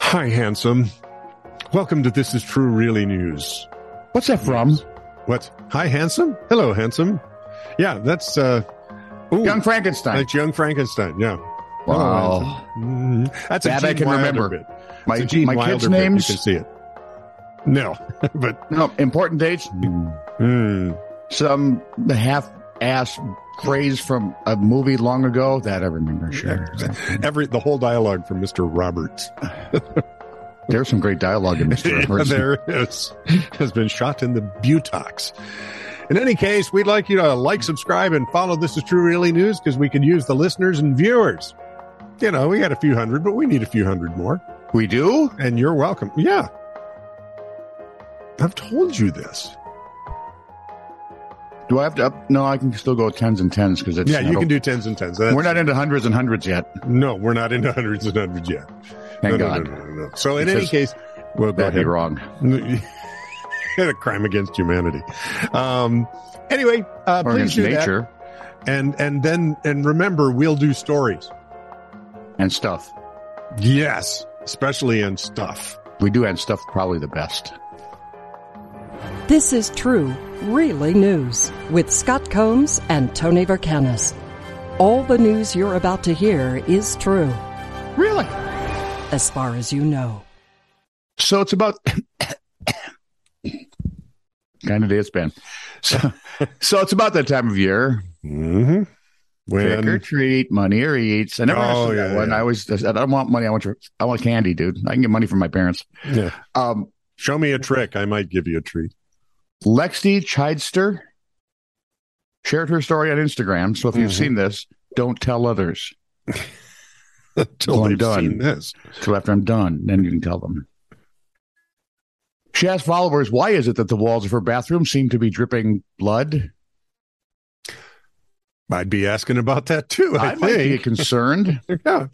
Hi, handsome. Welcome to This Is True Really News. What's that from? What? Hi, handsome. Hello, handsome. Yeah, that's uh, ooh, Young Frankenstein. that's young Frankenstein. Yeah, Hello, wow. handsome. Mhm. that's a That I Gene can Wilder remember. bit. My, It's a Gene my Wilder kids' bit. names? You can see it. No, but No, important dates. mm, Some half-ass phrase from a movie long ago that I remember. Sure. every the whole dialogue from Mister Roberts. There's some great dialogue in Mr. Emerson. there is has been shot in the butox. In any case, we'd like you to like, subscribe, and follow This Is True Really News because we could use the listeners and viewers. You know, we got a few hundred, but we need a few hundred more. We do? And you're welcome. Yeah. I've told you this. Do I have to up? No, I can still go tens and tens because it's. yeah, not you can a- do tens and tens. We're not into hundreds and hundreds yet. no, we're not into hundreds and hundreds yet. no, Thank no, God. No, no, no, no. So in It any case, well, go That'd be ahead. wrong. a crime against humanity. Um, anyway, uh, or please against do that. nature and and then and remember we'll do stories and stuff. yes especially in stuff We do and stuff probably the best. This is true, really news with Scott Combs and Tony Vercanis. All the news you're about to hear is true, Really? as far as you know. So it's about kind of day it's been. So, so it's about that time of year. mm-hmm. Trick or when treat, money or eats. I never Oh, asked you yeah, that one. yeah. I always I said, I don't want money. I want your, I want candy, dude. I can get money from my parents. yeah. Um, show me a trick i might give you a treat Lexi Chidester shared her story on Instagram. So if you've Mhm. seen this, don't tell others until Well, I'm they've done. seen this till after I'm done. Then you can tell them. She asked followers, why is it that the walls of her bathroom seem to be dripping blood? i'd be asking about that too i, I might be think concerned. yeah.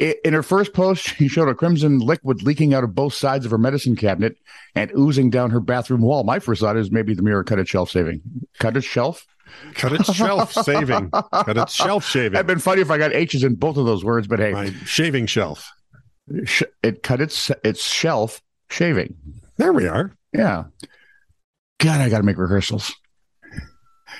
I- In her first post, she showed a crimson liquid leaking out of both sides of her medicine cabinet and oozing down her bathroom wall. My first thought is maybe the mirror cut its shelf saving. Cut its shelf? cut its shelf saving cut its shelf shaving It'd been funny if I got H's in both of those words, but hey, my shaving shelf sh- it cut its its shelf shaving. there we are Yeah. God, I got to make rehearsals.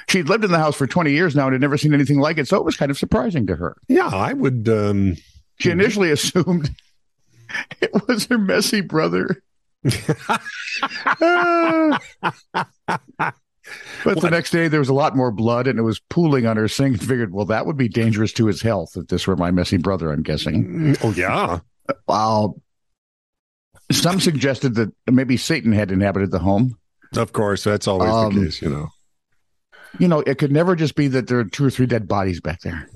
She'd lived in the house for 20 years now and had never seen anything like it, so it was kind of surprising to her. yeah i would um She initially assumed it was her messy brother. ah, But the What? next day, there was a lot more blood, and it was pooling on her sink. Figured, well, that would be dangerous to his health if this were my messy brother. I'm guessing. oh yeah Wow. Some suggested that maybe Satan had inhabited the home. of course that's always the Um, case you know You know, it could never just be that there are two or three dead bodies back there.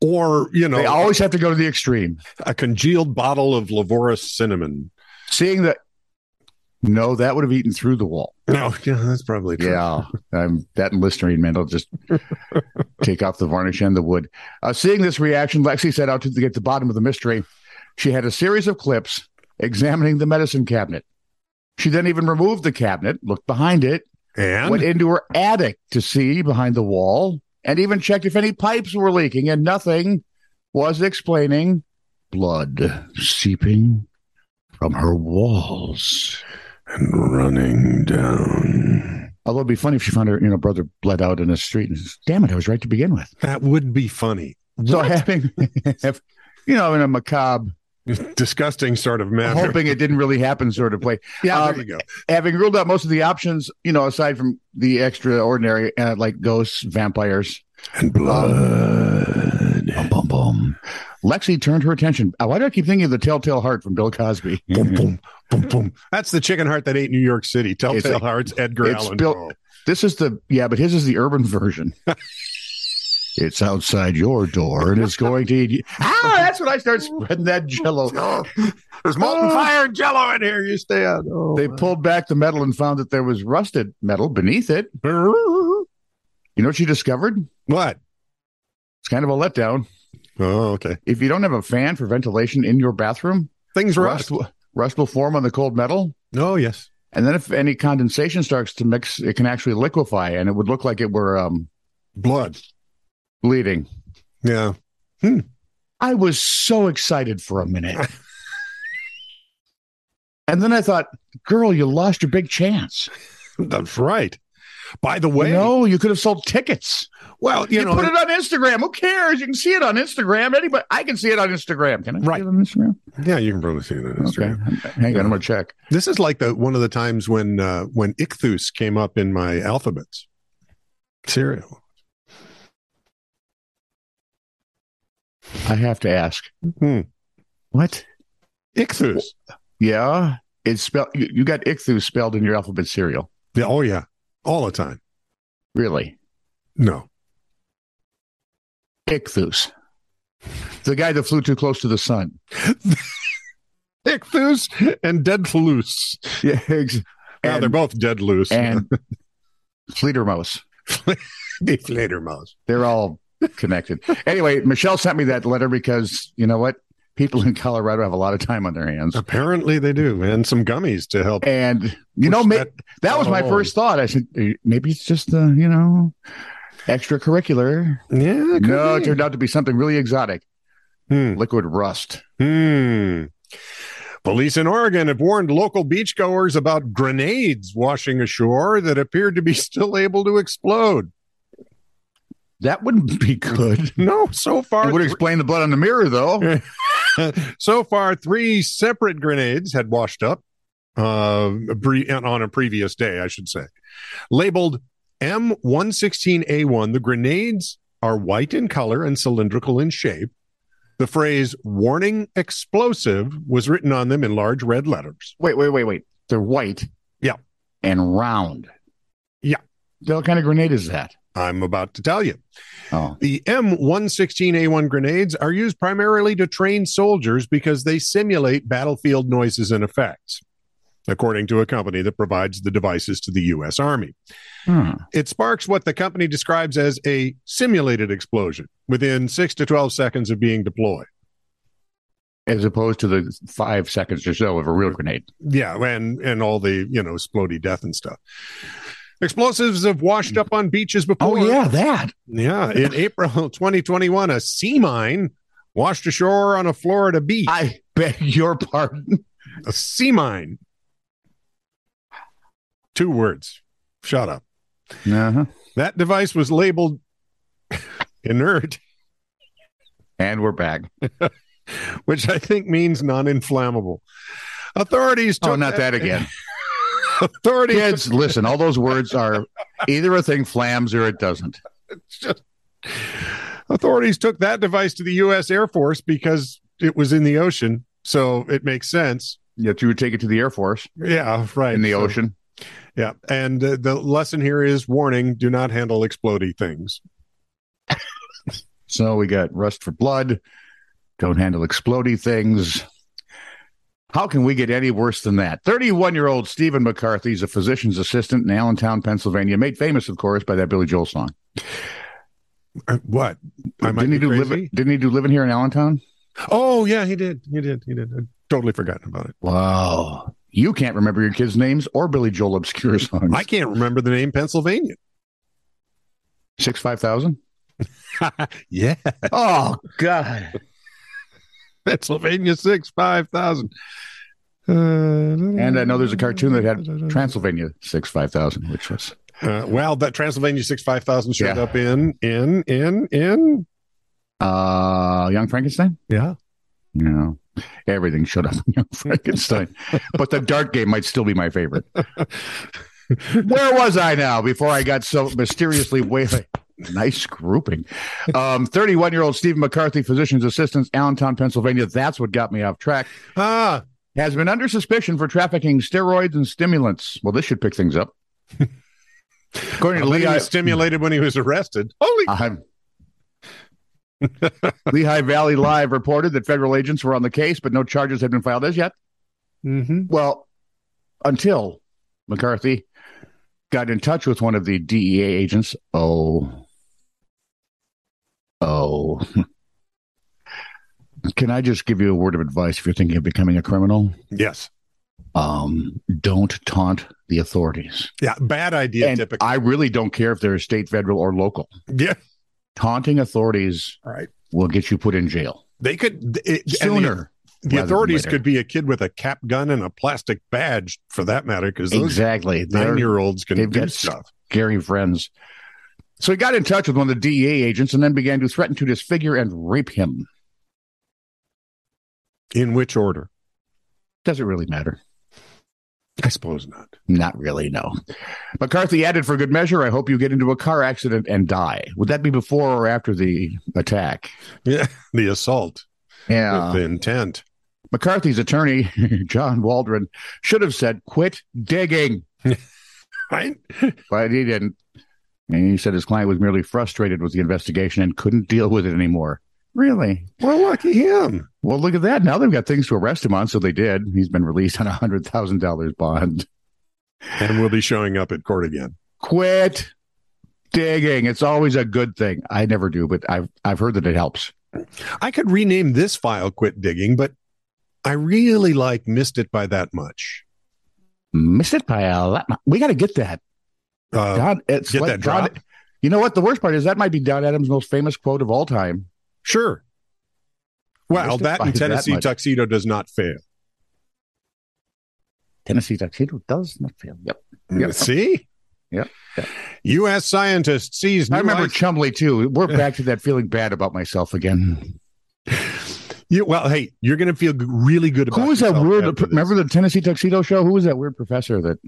or you know They always have to go to the extreme. a congealed bottle of Lavora cinnamon. Seeing that, no, that would have eaten through the wall. No, yeah, that's probably true. Yeah, um, that and Listerine, man. I'll just take off the varnish and the wood. Uh, seeing this reaction, Lexi set out to get to the bottom of the mystery. She had a series of clips examining the medicine cabinet. She then even removed the cabinet, looked behind it, And went into her attic to see behind the wall, and even checked if any pipes were leaking, and nothing was explaining blood seeping from her walls. and running down. Although it'd be funny if she found her, you know, brother bled out in the street and says, damn it, I was right to begin with. That would be funny. So having, if, you know, in a macabre, Disgusting sort of matter. hoping it didn't really happen sort of way, yeah, um, there you go. having ruled out most of the options, you know, aside from the extraordinary, uh, like ghosts, vampires, And blood. bum, bum, bum. Lexi turned her attention. uh, Why do I keep thinking of the Telltale Heart from Bill Cosby? boom, boom, boom, boom. That's the chicken heart that ate New York City. Telltale It's a- Hearts, Edgar it's Allan built- Poe. This is the yeah, but his is the urban version. it's outside your door and it's going to eat you. Ah, that's when I start spreading that jello. There's molten Oh. fire and jello in here. You stay out. Oh, They my- pulled back the metal and found that there was rusted metal beneath it. You know what she discovered? What? It's kind of a letdown. Oh, okay. If you don't have a fan for ventilation in your bathroom, Things rust. rust will- rust will form on the cold metal. Oh, yes. And then if any condensation starts to mix, it can actually liquefy and it would look like it were um, Blood. bleeding. Yeah. I was so excited for a minute. And then I thought, girl, you lost your big chance. That's right. By the way, No, you could have sold tickets. well, you, You, know, put it on Instagram. Who cares? You can see it on Instagram. Anybody, I can see it on Instagram. Can I Right. see it on Instagram? yeah, you can probably see it on Instagram. Okay. Hang on, I'm gonna check. This is like the one of the times when uh, when ichthus came up in my alphabets cereal. I have to ask. Hmm. What? Ichthus. Yeah, it's spelled. You, you got ichthus spelled in your alphabet serial. Yeah, oh yeah, all the time. Really, No, ichthus. The guy that flew too close to the sun. ichthus and dead loose. Yeah, ex- Yeah, they're and, both dead loose. and Fledermaus. Dave Fledermaus. They're all connected. anyway, Michelle sent me that letter because you know what? People in Colorado have a lot of time on their hands. Apparently they do, and some gummies to help. And you know, push may, that- that was my Oh. first thought. I said "Eh, maybe it's just the you know extracurricular. yeah, it could No, it be. turned out to be something really exotic. Hmm. Liquid rust. Hmm. Police in Oregon have warned local beachgoers about grenades washing ashore that appeared to be still able to explode. That wouldn't be good. No, so far, It would explain the blood on the mirror, though. so far, three separate grenades had washed up uh, bre- on a previous day, I should say. Labeled M116A1, the grenades are white in color and cylindrical in shape. The phrase warning explosive was written on them in large red letters. Wait, wait, wait, wait. They're white. Yeah. And round. Yeah. What kind of grenade is that? I'm about to tell you. Oh, The M116A1 grenades are used primarily to train soldiers because they simulate battlefield noises and effects, according to a company that provides the devices to the U.S. Army. Hmm. It sparks what the company describes as a simulated explosion within six to 12 seconds of being deployed. as opposed to the five seconds or so of a real grenade. Yeah, and and all the you know splody death and stuff. Explosives have washed up on beaches before. Oh, that. yeah. In April 2021, a sea mine washed ashore on a Florida beach. I beg your pardon. a sea mine. Two words. Shut up. Uh-huh. That device was labeled inert, And we're back. which I think means non-inflammable. Authorities took Oh, not that again. Authorities Kids, listen, all those words are either a thing flams or it doesn't. authorities took that device to the U.S. Air Force because it was in the ocean, so it makes sense. Yet you would take it to the Air Force Yeah, right. in the So- ocean. Yeah, and uh, the lesson here is: warning, do not handle explodey things. So we got rust for blood. Don't handle explodey things. How can we get any worse than that? 31 year old Stephen McCarthy is a physician's assistant in Allentown, Pennsylvania, made famous, of course, by that Billy Joel song. Uh, What? I might didn't, he be do live, crazy? didn't he do living here in Allentown? Oh yeah, he did. He did. He did. I'd totally forgotten about it. Wow. You can't remember your kids' names or Billy Joel obscure songs. I can't remember the name Pennsylvania. Six, 5,000? yeah, Oh, God. Pennsylvania six five thousand. Uh, And I know there's a cartoon that Hmm. had Transylvania, six, 5,000, which was. Uh, well, that Transylvania six five thousand showed Yeah. up in in in in. Uh, Young Frankenstein? Yeah, you know, everything showed up in Young Frankenstein. but the dart game might still be my favorite. Where was I now before I got so mysteriously way Nice grouping. Um, 31 year old Stephen McCarthy, physician's assistant, Allentown, Pennsylvania. That's what got me off track. ah, Has been under suspicion for trafficking steroids and stimulants. Well, this should pick things up. According I to bet he Lehigh, was stimulated when he was arrested. Holy I'm- Lehigh Valley Live reported that federal agents were on the case, but no charges had been filed as yet. mm-hmm. Well, until McCarthy got in touch with one of the DEA agents. Oh, oh. Can I just give you a word of advice if you're thinking of becoming a criminal? yes, Um, don't taunt the authorities. yeah, bad idea. and uh, typically, I really don't care if they're state, federal, or local. yeah, Taunting authorities All right. will get you put in jail they could it, and the sooner. The rather than authorities later. could be a kid with a cap gun and a plastic badge, for that matter, because those exactly. They're nine-year-olds can they've do got stuff. scary friends. So he got in touch with one of the DEA agents and then began to threaten to disfigure and rape him. In which order? Doesn't really matter. I suppose not. Not really, no. McCarthy added for good measure, I hope you get into a car accident and die. Would that be before or after the attack? Yeah, the assault Yeah. with the intent. McCarthy's attorney, John Waldron, should have said, quit digging, Right? but he didn't. And he said his client was merely frustrated with the investigation and couldn't deal with it anymore. Really? Well, lucky him. Well, look at that. Now they've got things to arrest him on, so they did. He's been released on a $100,000 bond. And we'll be showing up at court again. Quit digging. It's always a good thing. I never do, but I've, I've heard that it helps. I could rename this file Quit Digging, but I really like Missed It by That Much. Missed it by a lot. We got to get that. Uh, Don, it's get like that drop? Don- you know what? The worst part is that might be Don Adams' most famous quote of all time. sure. Well, Missed It that by and That Tennessee Much. Tuxedo does not fail. Tennessee tuxedo does not fail. Yep. Yep. See? Yep. Yep. U.S. scientist sees new I remember ice- Chumley too. We're back to that feeling bad about myself again. You, well, hey, you're going to feel g- really good about Who was that yourself weird? after this. Remember the Tennessee tuxedo show? Who was that weird professor that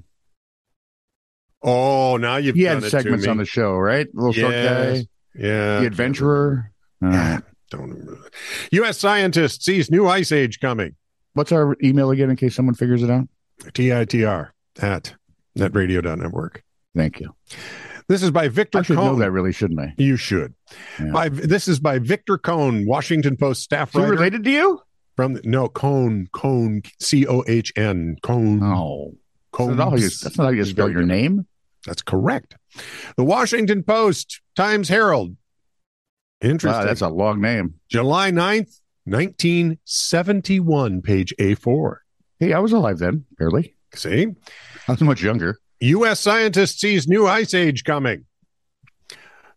Oh, now you've he done had it segments to me. on the show? Right, little Yes. short guy, yeah the adventurer. Uh, All right. Don't remember. that. U.S. scientist sees new ice age coming. What's our email again in case someone figures it out? TITR at netradio.network. Thank you. This is by I Victor should know Cohn. that, really, shouldn't I? You should. Yeah. By this is by Victor Cohn, Washington Post staff Is he writer related to you? from the, no Cohn Cohn C O H N Oh, Cohn Cohn. No. That's not how you, that's not how you spell your name. That's correct. The Washington Post, Times Herald. Interesting. Wow, Ah, that's a long name. July 9th, 1971, page A4. Hey, I was alive then, barely. See? I was much younger. U.S. scientist sees new ice age coming.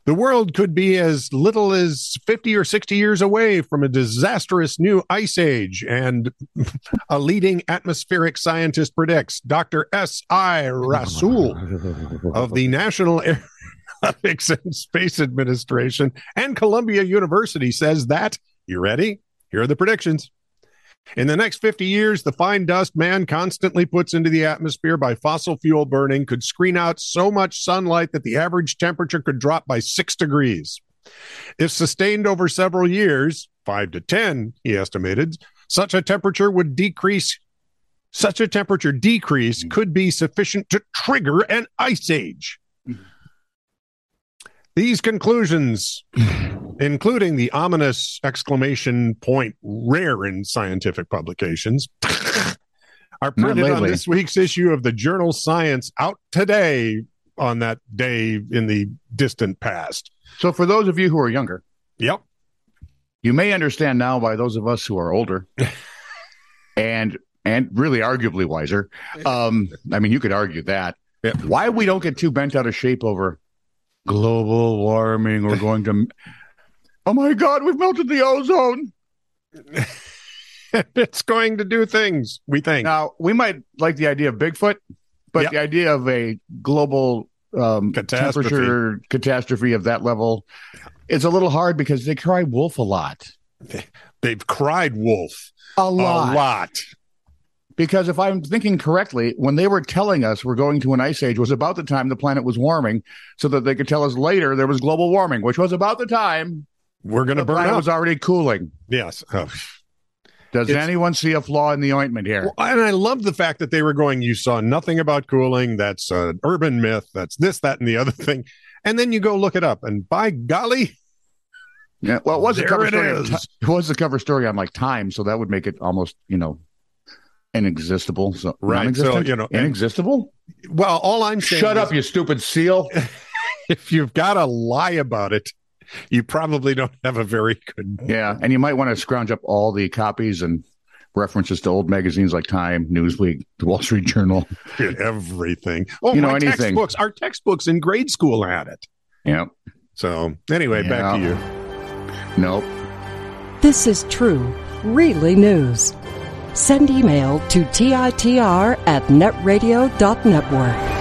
The world could be as little as 50 or 60 years away from a disastrous new ice age, and a leading atmospheric scientist predicts Dr. S.I. Rasool of the National Aeronautics and Space Administration and Columbia University says that, you ready? Here are the predictions. In the next 50 years, the fine dust man constantly puts into the atmosphere by fossil fuel burning could screen out so much sunlight that the average temperature could drop by six degrees. If sustained over several years, five to 10, he estimated, such a temperature would decrease. Such a temperature decrease could be sufficient to trigger an ice age. These conclusions, including the ominous exclamation point rare in scientific publications, are printed on lately. this week's issue of the journal Science out today on that day in the distant past. So, for those of you who are younger, Yep. you may understand now why those of us who are older and and really arguably wiser um i mean you could argue that Yeah. why we don't get too bent out of shape over global warming we're going to oh my god we've melted the ozone it's going to do things, we think. now we might like the idea of bigfoot but Yeah. the idea of a global um Catastrophe. temperature catastrophe of that level is a little hard because they cry wolf a lot They've cried wolf a lot a lot. because if I'm thinking correctly, when they were telling us we're going to an ice age was about the time the planet was warming, so that they could tell us later there was global warming, which was about the time We're going to the burn planet out. was already cooling. Yes. Oh. Does It's- anyone see a flaw in the ointment here? Well, and I love the fact that they were going, you saw nothing about cooling. That's an urban myth. That's this, that, and the other thing. And then you go look it up. And by golly, yeah, well, it was the there cover it story. of is. Ti- it was the cover story on like Time, so that would make it almost you know inexistible. So right. So, non-existent? you know, and- inexistible. well, all I'm saying Shut is up, you stupid seal. if you've got to lie about it, you probably don't have a very good. yeah, and you might want to scrounge up all the copies and references to old magazines like Time, Newsweek, The Wall Street Journal. at everything. Oh, You know, my anything. textbooks. Our textbooks in grade school had it. Yeah. So, anyway, back to Yeah. you. Nope. This is true, really news Send email to TITR at netradio.network.